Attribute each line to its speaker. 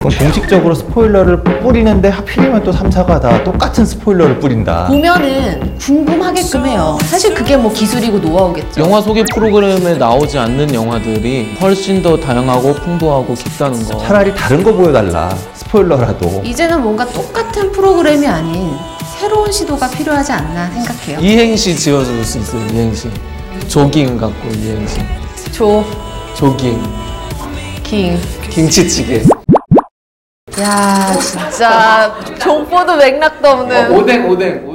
Speaker 1: 그건 뭐 공식적으로 스포일러를 뿌리는데 하필이면 또 3사가 다 똑같은 스포일러를
Speaker 2: 아.
Speaker 1: 뿌린다.
Speaker 3: 보면은 궁금하게끔 해요. 사실 그게 뭐 기술이고 노하우겠죠.
Speaker 2: 영화 소개 프로그램에 나오지 않는 영화들이 훨씬 더 다양하고 풍부하고 깊다는 거.
Speaker 1: 차라리 다른 거 보여달라. 스포일러라도.
Speaker 3: 이제는 뭔가 똑같은 프로그램이 아닌 새로운 시도가 필요하지 않나 생각해요.
Speaker 2: 이행시 지어줄 수 있어요. 이행시. 조깅 같고 이행시.
Speaker 3: 조,
Speaker 2: 조깅.
Speaker 3: 킹.
Speaker 2: 김치찌개. 어.
Speaker 3: 야, 진짜 정보도 맥락도 없는.
Speaker 2: 오뎅 오뎅 오뎅.